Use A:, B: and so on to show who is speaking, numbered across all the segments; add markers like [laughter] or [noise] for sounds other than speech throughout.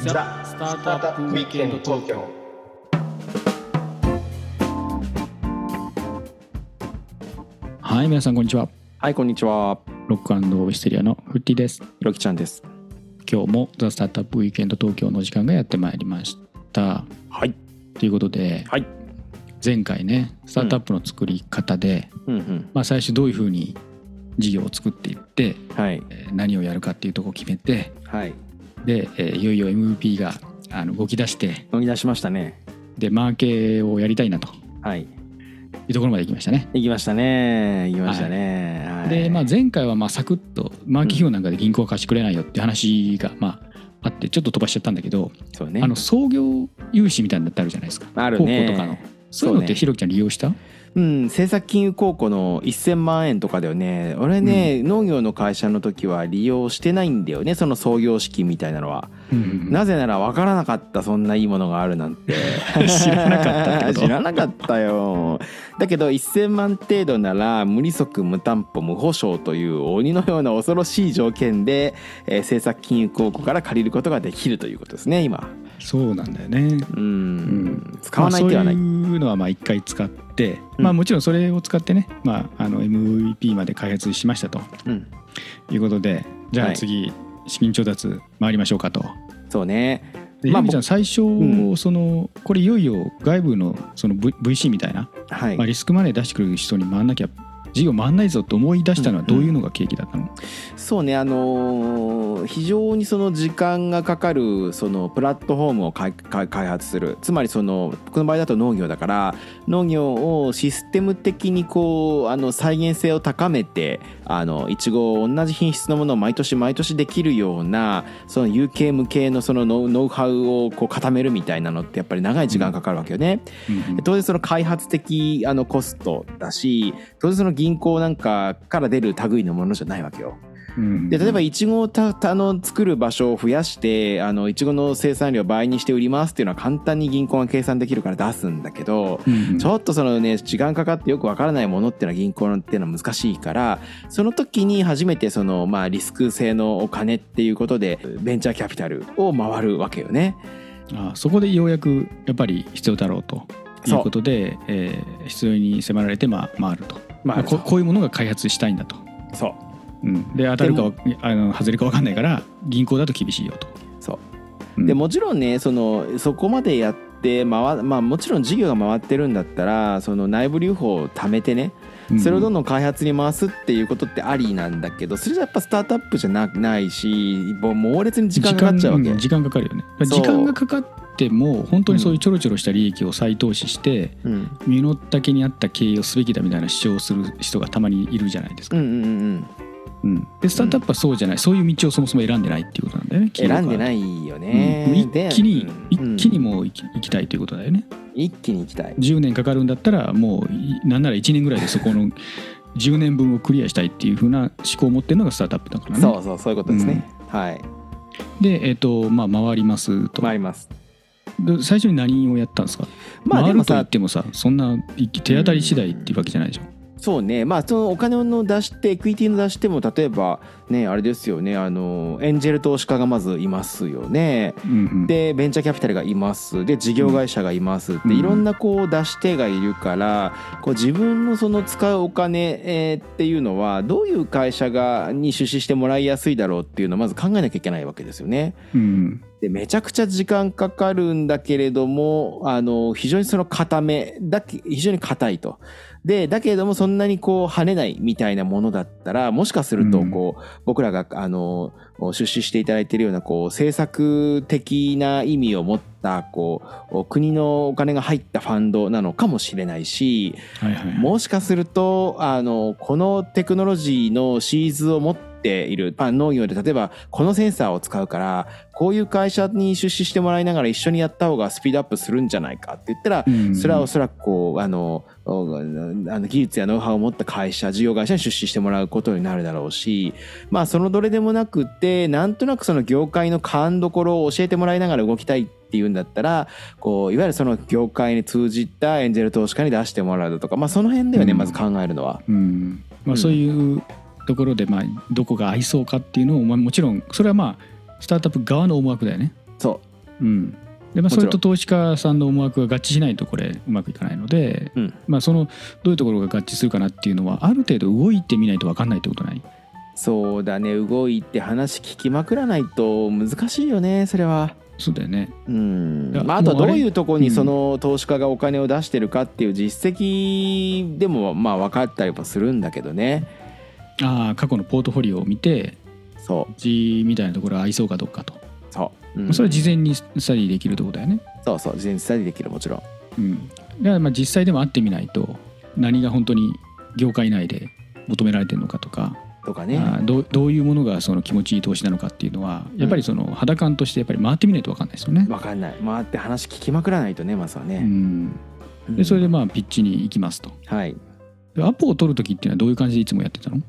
A: ザ・スタートアップウィークエンド東京
B: はい、皆さんこんにちは。
C: はい、こんにちは。
B: ロックオブステリアのフッティです。
C: ひろきちゃんです。
B: 今日もザ・スタートアップウィークエンド東京の時間がやってまいりました。
C: はい。
B: ということで、
C: はい
B: 前回ね、スタートアップの作り方で、
C: うん
B: まあ最初どういうふうに事業を作っていって、
C: うん。はい。
B: えー何をやるかっていうところを決めて、
C: はい。
B: で、えーいよいよ MVP があの動き出して、
C: 飲み出しましたね。
B: で、マーケをやりたいなと
C: はい。
B: いうところまで行きましたね。
C: 行きましたね。行きましたね。はい。
B: で、まあ、
C: ず。
B: 前回はまあサクッとマーケ費用なんかで銀行は貸してくれないよって話がまああってちょっと飛ばしちゃったんだけど、
C: そうね。
B: あの創業融資みたいなのってあるじゃないですか
C: あるね
B: 高校とかのそういうのってひろきちゃん利用した、
C: うん、政策金融高校の1000万円とかだよね。俺ね、農業の会社の時は利用してないんだよね。その創業資金みたいなのは。
B: うんうん
C: なぜなら分からなかった、そんないいものがあるなんて。
B: [laughs] [laughs] 知らなかったってこと
C: 知らなかったよだけど1,000万程度なら無利息無担保無保証という鬼のような恐ろしい条件で、えー政策金融公庫から借りることができるということですね今
B: そうなんだよね
C: うん、
B: ん
C: 使わない手はない、
B: まあそういうのはまあ一回使って、
C: うん
B: まあもちろんそれを使ってね、まあ、あの MVP まで開発しましたと
C: うん
B: いうことでじゃ
C: は
B: あ
C: い
B: 次、資金調達参りましょうかと。
C: そうね
B: で
C: まあ
B: ひろきちゃん最初、
C: ん
B: そのこれいよいよ外部のその V- VC みたいな
C: はい、
B: まあ、リスクマネー出してくる人に回んなきゃ事業回んないぞと思い出したのはどういうのが契機だったの、
C: そうねあのー非常にその時間がかかるそのプラットフォームを開開開発するつまりそのこの場合だと農業だから農業をシステム的にこうあの再現性を高めてあのいちごを同じ品質のものを毎年毎年できるようなその有形無形のそのノウノウハウをこう固めるみたいなのってやっぱり長い時間かかるわけよね。
B: うんうん
C: 当然その開発的あのコストだし当然その銀行なんかから出る類のものじゃないわけよ。
B: うん
C: で例えばいちごをたたあの作る場所を増やしてあのいちごの生産量を倍にして売りますっていうのは簡単に銀行が計算できるから出すんだけど。
B: うんうん
C: ちょっとそのね時間かかってよくわからないものっていうのは銀行のっていうのは難しいからその時に初めてそのまあリスク性のお金っていうことでベンチャーキャピタルを回るわけよね。
B: あそこでようやくやっぱり必要だろうとい
C: そう
B: うことで、えー必要に迫られて、まあ、回ると、まあ、ここういうものが開発したいんだと、
C: そう
B: うん、で当たるかわあの外れか分かんないから銀行だと厳しいよと。
C: そう
B: うん
C: でもちろんねそのそこまでやって回まあもちろん事業が回ってるんだったらその内部留保を貯めてね
B: うん
C: それをどんどん開発に回すっていうことってありなんだけどそれじゃやっぱスタートアップじゃなないしもう猛烈に時間かかっちゃうわけ
B: ん時間かかるよね
C: そう
B: 時間がかかっても本当にそういうちょろちょろした利益を再投資して、
C: うん
B: 身の丈に合った経営をすべきだみたいな主張をする人がたまにいるじゃないですか
C: うんうんうん
B: うん、でスタートアップはそうじゃない、そういう道をそもそも選んでないっていうことなんだよね、
C: 選んでないいよ
B: う
C: ね、
B: ん、一気に
C: で
B: 一気に
C: うん
B: もう行き行きたいということだよね
C: 一気に行きたい
B: 10年かかるんだったらもういなんなら1年ぐらいでそこの [laughs] 10年分をクリアしたいっていうふうな思考を持ってるのがスタートアップだからね
C: そうそうそういうことですね、はい
B: でえっ、とまあ回りますと、
C: 回ります
B: で最初に何をやったんですか、
C: まあで
B: 回
C: も
B: ると
C: さ
B: 言ってもさそんな一気手当たり次第っていうわけじゃないでしょ、
C: そうねまあそのお金の出してエクイティの出しても例えばねあれですよねあのエンジェル投資家がまずいますよね
B: うんうん
C: でベンチャーキャピタルがいますで事業会社がいますって、
B: うん
C: いろんなこう出し手がいるからこう自分のその使うお金、えーっていうのはどういう会社がに出資してもらいやすいだろうっていうのをまず考えなきゃいけないわけですよね。
B: うん
C: でめちゃくちゃ時間かかるんだけれどもあの非常にその固めだけ非常に硬いとでだけれどもそんなにこう跳ねないみたいなものだったらもしかすると
B: うん
C: こう、僕らがあの出資していただいているようなこう政策的な意味を持ったこう国のお金が入ったファンドなのかもしれないし、
B: はいはいはい
C: もしかするとあのこのテクノロジーのシーズを持っている、まあ、農業で例えばこのセンサーを使うからこういう会社に出資してもらいながら一緒にやった方がスピードアップするんじゃないかって言ったら、
B: うん
C: それはおそらくこうあのおあの技術やノウハウを持った会社事業会社に出資してもらうことになるだろうしまあそのどれでもなくてなんとなくその業界の勘どころを教えてもらいながら動きたいっていうんだったらこういわゆるその業界に通じたエンジェル投資家に出してもらうだとかまあその辺だよね、
B: うん
C: まず考えるのは。
B: うん
C: う
B: まあ、
C: ん
B: そういうところで、まあ、どこが合いそうかっていうのを、まあ、もちろんそれはまあスタートアップ側の思惑だよね。
C: そう
B: うんでまあ、
C: もち
B: そ
C: ろん
B: れと投資家さんの思惑が合致しないとこれうまくいかないので、
C: うん
B: まあ、そのどういうところが合致するかなっていうのはある程度動いてみないと分かんないってことない
C: そうだね動いて話聞きまくらないと難しいよねそれは。
B: そうだよね
C: うん
B: いや
C: まあ、あとは
B: もう
C: ど
B: あれ
C: ういうとこに
B: うん
C: その投資家がお金を出してるかっていう実績でもまあ分かったりもするんだけどね
B: ああ過去のポートフォリオを見て
C: そう
B: うちみたいなところ合いそうかどうかと、
C: そう、うん
B: まあそれは事前にスタディできるってことだよね
C: そうそう事前にスタディできるもちろん
B: うんだからまあ実際でも会ってみないと何が本当に業界内で求められてるのかとか、
C: とかね
B: ああどうどういうものがその気持ちいい投資なのかっていうのはやっぱりその肌感としてやっぱり回ってみないと分かんないですよね、
C: 分かんない回って話聞きまくらないとねまずは
B: う
C: ね、
B: ん、
C: う
B: で
C: ん
B: それでまあピッチに行きますと
C: はい
B: でアポを取る時っていうのはどういう感じでいつもやってたの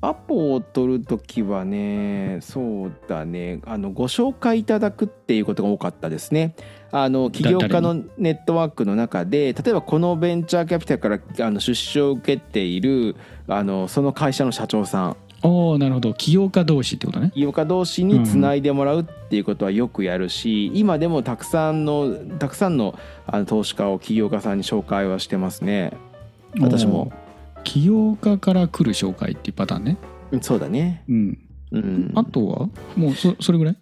C: アポを取るときはねそうだねあのご紹介いただくっていうことが多かったですねあの起業家のネットワークの中で例えばこのベンチャーキャピタルからあの出資を受けているあのその会社の社長さん
B: ああなるほど起業家同士ってことね
C: 起業家同士につないでもらうっていうことはよくやるし、今でもたくさんのたくさんのあの投資家を起業家さんに紹介はしてますね私も
B: おー起業家から来る紹介っていうパターンね
C: うんそうだね
B: うん
C: うん
B: あとはもうそそれぐらい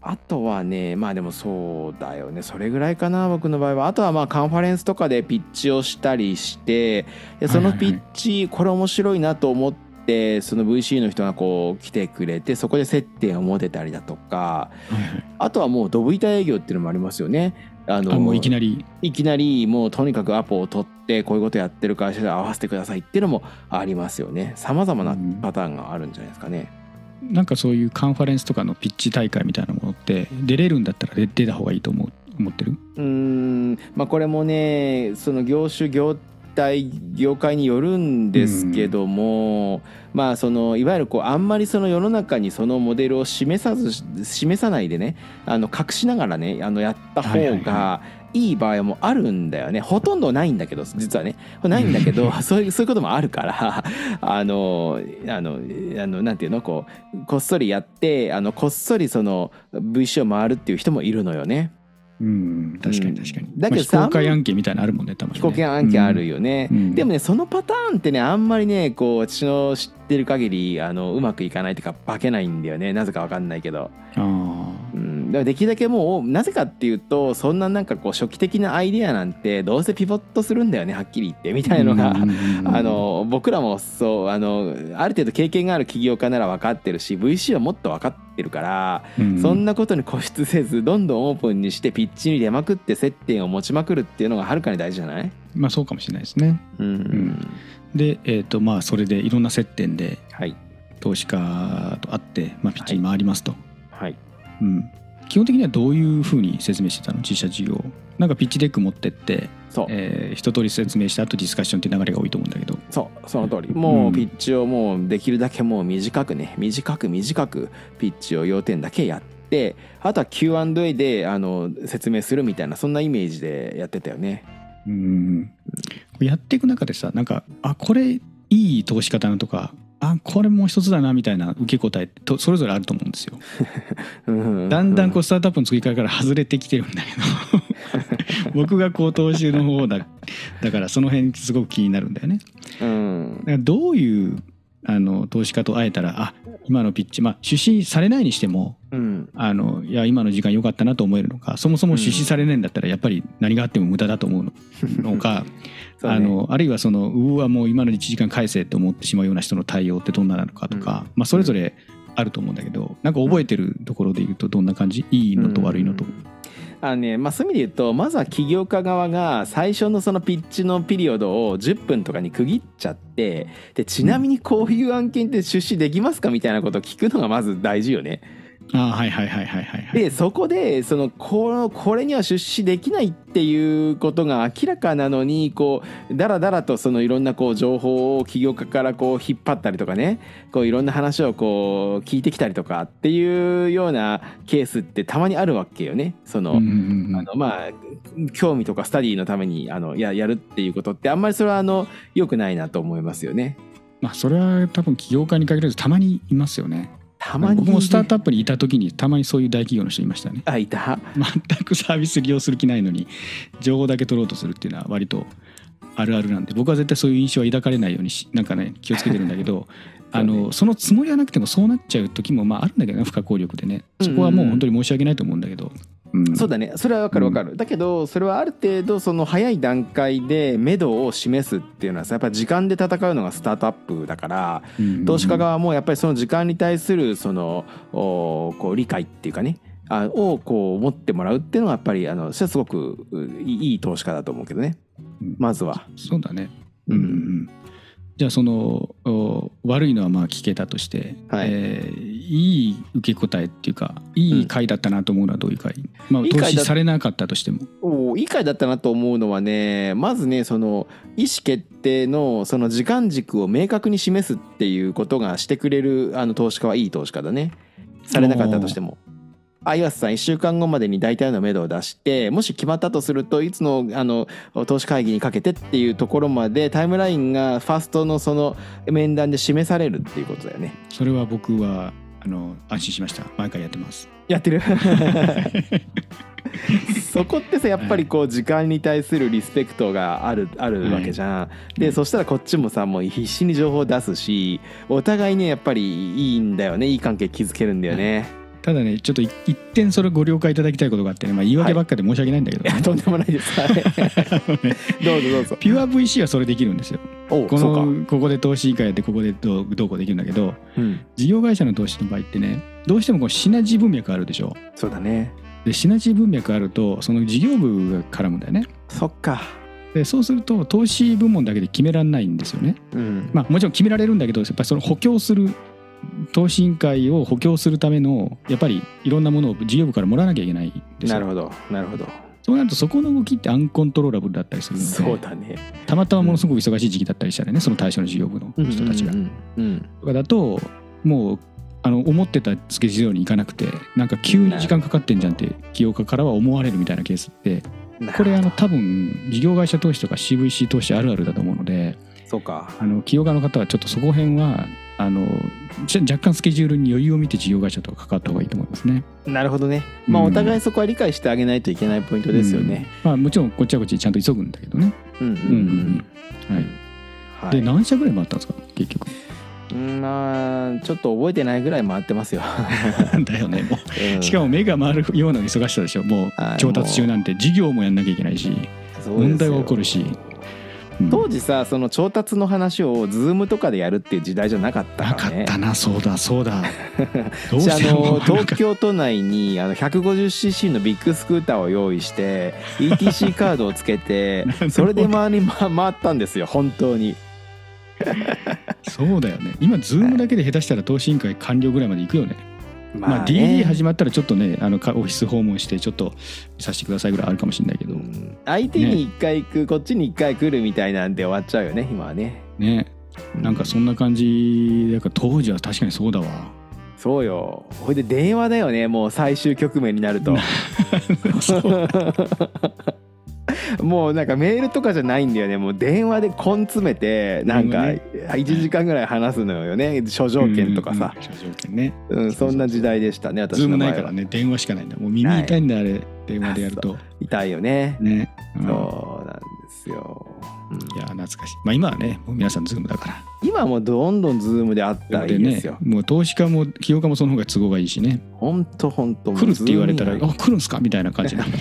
C: あとはねまあでもそうだよねそれぐらいかな僕の場合はあとはまあカンファレンスとかでピッチをしたりしてでその
B: はいは
C: ピ
B: い
C: ッ
B: はい
C: チ、これ面白いなと思ってその VC の人がこう来てくれてそこで接点を持てたりだとかあとはもうドブ板営業っていうのもありますよね。あの
B: あもういきなり
C: いきなりもうとにかくアポを取ってこういうことやってる会社で合わせてくださいっていうのもありますよねさまざまなパターンがあるんじゃないですかね。
B: なんかそういうカンファレンスとかのピッチ大会みたいなものって出れるんだったら出出た方がいいと思う思ってる
C: うーんまあこれもねその業種業態業界によるんですけども、まあそのいわゆるこうあんまりその世の中にそのモデルを示さず示さないでねあの隠しながらねあのやった方
B: はいはい
C: が
B: はい
C: いい場合もあるんだよねほとんどないんだけど実はねないんだけ
B: [laughs]
C: どそういうそういうこともあるからあのあのあのなんていうのこうこっそりやってあのこっそりその VC を回るっていう人もいるのよね。
B: うん確かに確かに、
C: うんだけどさ
B: まあ非公開案件みたいなのあるもんねたまに、ね、
C: 飛行機案件あるよね、
B: うんうん
C: でもねそのパターンってねあんまりねこう私の知ってる限りあのうまくいかないというか化けないんだよねなぜかわかんないけど、
B: うんあ
C: うん、だからできるだけもうなぜかっていうとそんななんかこう初期的なアイデアなんてどうせピボットするんだよねはっきり言ってみ
B: ー
C: たいのが。
B: うんうんうん
C: あの僕らもそうあのある程度経験がある起業家なら分かってるし VC はもっと分かってるから、
B: うん
C: そんなことに固執せずどんどんオープンにしてピッチに出まくって接点を持ちまくるっていうのがはるかに大事じゃない
B: まあそうかもしれないですね
C: うん
B: んでえっ、とまあそれでいろんな接点で
C: はい
B: 投資家と会って、まあ、ピッチに回りますと、
C: はい
B: うん、基本的にはどういうふうに説明してたの自社事業をなんかピッチデック持ってって、
C: そう、
B: えー一通り説明した後ディスカッションっていう流れが多いと思うんだけど
C: そうその通りもううんピッチをもうできるだけもう短くね短く短くピッチを要点だけやってあとは Q&A であの説明するみたいなそんなイメージでやってたよね
B: うんやっていく中でさなんかあこれいい投資家だなとかあこれもう一つだなみたいな受け答えってとそれぞれあると思うんですよだんだんこうスタートアップの作り方から外れてきてるんだけど [laughs] 僕がこう投資の方だだからその辺すごく気になるんだよね。
C: う、うん
B: だからどういうあの投資家と会えたらあ今のピッチまあ出資されないにしても
C: うん、
B: あのいや今の時間良かったなと思えるのかそもそも出資されないんだったらやっぱり何があっても無駄だと思うの [laughs] のか、
C: そうね
B: あのあるいはそのうわもう今の1時間返せって思ってしまうような人の対応ってどんななのかとか、まあ、それぞれあると思うんだけどなんか覚えてるところで言うとどんな感じいいのと悪いのと
C: う。んあのねまあ、そういう意味で言うとまずは起業家側が最初のそのピッチのピリオドを10分とかに区切っちゃってでちなみにこういう案件って出資できますかみたいなことを聞くのがまず大事よね。
B: あーはいはいはいはいはいはい。
C: でそこでそのこのこれには出資できないっていうことが明らかなのにこうだらだらとそのいろんなこう情報を起業家からこう引っ張ったりとかねこういろんな話をこう聞いてきたりとかっていうようなケースってたまにあるわけよね。その、
B: うんうんうん
C: あのまあ興味とかスタディのためにあのややるっていうことってあんまりそれはあの良くないなと思いますよね。
B: まあそれは多分起業家に限らずたまにいますよね。
C: たまに
B: 僕もスタートアップにいた時にたまにそういう大企業の人いましたね
C: あいた
B: 全くサービス利用する気ないのに情報だけ取ろうとするっていうのは割とあるあるなんで僕は絶対そういう印象は抱かれないようにしなんかね気をつけてるんだけどあのそのつもりはなくてもそうなっちゃう時もまああるんだけどね不可抗力でねそこはもう本当に申し訳ないと思うんだけど、うん
C: そうだねそれはわかるわかる、だけどそれはある程度その早い段階で目処を示すっていうのはさやっぱ時間で戦うのがスタートアップだから
B: うん
C: 投資家側もやっぱりその時間に対するそのおこう理解っていうかねあをこう持ってもらうっていうのがやっぱりあのそれはすごくういいいい投資家だと思うけどね
B: うん
C: まずは。
B: そうだね
C: う
B: うんんうんうんじゃあそのお悪いのはまあ聞けたとして、
C: はい
B: えーいい受け答えっていうかいい回だったなと思うのはどういう回、まあ、
C: いい回
B: 投
C: だ
B: 資されなかったとしても
C: おーいい回だったなと思うのはねまずねその意思決定のその時間軸を明確に示すっていうことがしてくれるあの投資家はいい投資家だねされなかったとしても。あ岩瀬さん1週間後までに大体の目処を出してもし決まったとするといつのあの投資会議にかけてっていうところまでタイムラインがファーストのその面談で示されるっていうことだよね。
B: それは僕はあの安心しました毎回やってます
C: や
B: [laughs]
C: ってるそこってさやっぱりこう時間に対するリスペクトがあるあるわけじゃん、でそしたらこっちもさもう必死に情報を出すしお互いねやっぱりいいんだよねいい関係築けるんだよね、
B: ただねちょっとい一点それご了解いただきたいことがあってね、まあ、言い訳ばっかで申し訳ないんだけど、ね
C: い、やとんでもないです
B: [laughs]
C: はいどうぞどうぞ
B: ピュア VC はそれできるんですよ
C: お
B: こ
C: そうか、
B: のここで投資委員会やってここでどうどうこうできるんだけど
C: うん、
B: 事業会社の投資の場合ってねどうしてもこうシナジー文脈あるでしょ
C: そうだね
B: でシナジー文脈あるとその事業部が絡むんだよね
C: そっか
B: でそうすると投資部門だけで決められないんですよね
C: うん
B: まあもちろん決められるんだけどやっぱりその補強する投資委員会を補強するためのやっぱりいろんなものを事業部からもらわなきゃいけないんですよ
C: なるほどなるほど
B: そうなるとそこの動きってアンコントローラブルだったりするので
C: そうだね
B: たまたまものすごく忙しい時期だったりしたらねその対象の事業部の人たちが。
C: うんうん
B: とかだともうあの思ってたスケジュールに行かなくてなんか急に時間かかってんじゃんって起業家からは思われるみたいなケースって
C: うん
B: これあの多分事業会社投資とか CVC 投資あるあるだと思うので
C: そうか
B: あの起業家の方はちょっとそこ辺はあのじゃ若干スケジュールに余裕を見て事業会社とか関わった方がいいと思いますね。
C: なるほどねまあ
B: うん
C: お互いそこは理解してあげないといけないポイントですよね、
B: うんまあもちろんこっちはこっちでちゃんと急ぐんだけどね。
C: うんうん
B: うんはい、
C: は
B: で
C: い、
B: 何社ぐらいもあったんです
C: [laughs]
B: か結局。
C: うんまあちょっと覚えてないぐらい回ってますよ、
B: だよねも
C: うん
B: う。 [laughs] しかも目が回るような忙しさでしょもう
C: はい
B: 調達中なんて事業もやんなきゃいけない
C: そ
B: し。
C: うですよ
B: 問題は起こるし、うん
C: 当時さその調達の話をズームとかでやるっていう時代じゃなかった
B: な
C: か
B: から
C: ね
B: ったなそうだそ
C: [laughs]
B: うだどう
C: 私あ
B: しても
C: の
B: なんか
C: 東京都内にあの 150cc のビッグスクーターを用意して ETC カードをつけ
B: [laughs]
C: てそれで周り、ま、回ったんですよ本当に
B: そうだよね今ズームだけで下手したら投資委員会完了ぐらいまで行くよね、まあ DD 始まったらちょっとねあのかオフィス訪問してちょっと見させてくださいぐらいあるかもしれないけど、
C: うん相手に一回行く、こっちに一回来るみたいなんで終わっちゃうよね今はね
B: ねなんかそんな感じだから当時は確かにそうだわ
C: そうよほいで電話だよねもう最終局面になると
B: そう
C: もうなんかメールとかじゃないんだよねもう電話で根詰めてなんか
B: 電
C: 1時間ぐらい話すのよね諸条件とかさ、
B: うんうんうん諸条件ね
C: うんそんな時代でしたね私
B: ズー
C: の
B: ム
C: 場合
B: な
C: はい
B: からね電話しかないんだもう耳痛いんだあれ電話でやると
C: 痛いよね、
B: ね、うん
C: そうなんですよ、うん
B: いや懐かしいまあ今はねもう皆さんズームだから
C: 今はもうどんどんズームであったらいいですよ、
B: ね、もう投資家も起業家もその方が都合がいいしね
C: ほんとほんともう
B: 来るって言われたら「あ
C: ズーム
B: 来るんすか?」みたいな感じななんか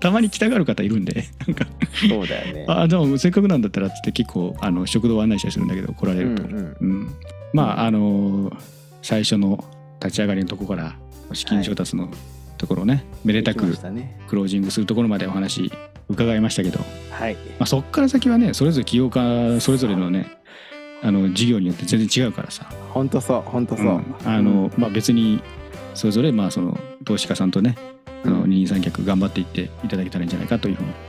B: たまに来たがる方いるんでなんか
C: 以
B: [laughs]
C: 外そうだよね
B: 「あでもせっかくなんだったら」っつって結構あの食堂案内したりするんだけど来られると、
C: うんうん
B: うんまああのー最初の立ち上がりのとこから資金調達のところね、めでた
C: 行きま
B: く
C: したね
B: クロージングするところまでお話伺いましたけど、ま
C: はい
B: あ、そっから先はねそれぞれ起業家それぞれのねあの事業によって全然違うからさ
C: ほんとそうほんとそう、
B: うんあのまあ、別にそれぞれまあその投資家さんとね、あ
C: う
B: の
C: ん
B: 二人三脚頑張っていっていただけたらいいんじゃないかというふうに思いま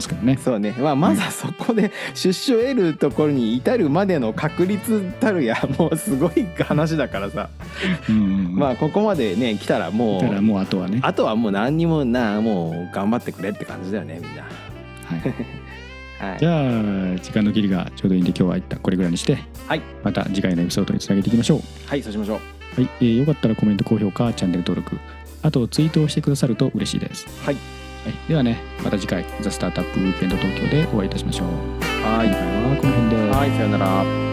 B: すけどね。
C: そうね、まあ、まずはそこで出所を得るところに至るまでの確率たるや [laughs] もうすごい話だからさ、
B: う
C: [laughs]
B: ん
C: ま
B: あ
C: あここまでね来たらも
B: たら
C: う
B: もうあとはね、
C: あとはもう何にもなもう頑張ってくれって感じだよねみんな。
B: はい、
C: はい
B: じ、ゃあ時間の切りがちょうどいいんで今日は一旦これぐらいにして、
C: はい、
B: また次回のエピソードにつなげていきましょう。
C: はい、そうしましょう。
B: はい、えーよかったらコメント、高評価、チャンネル登録、あとツイートをしてくださると嬉しいです。
C: はい
B: はい、ではね、また次回、ザ・スタートアップウィークエンド東京でお会いいたしましょう。
C: は
B: 今
C: い
B: 回はこの辺で。
C: はいさよなら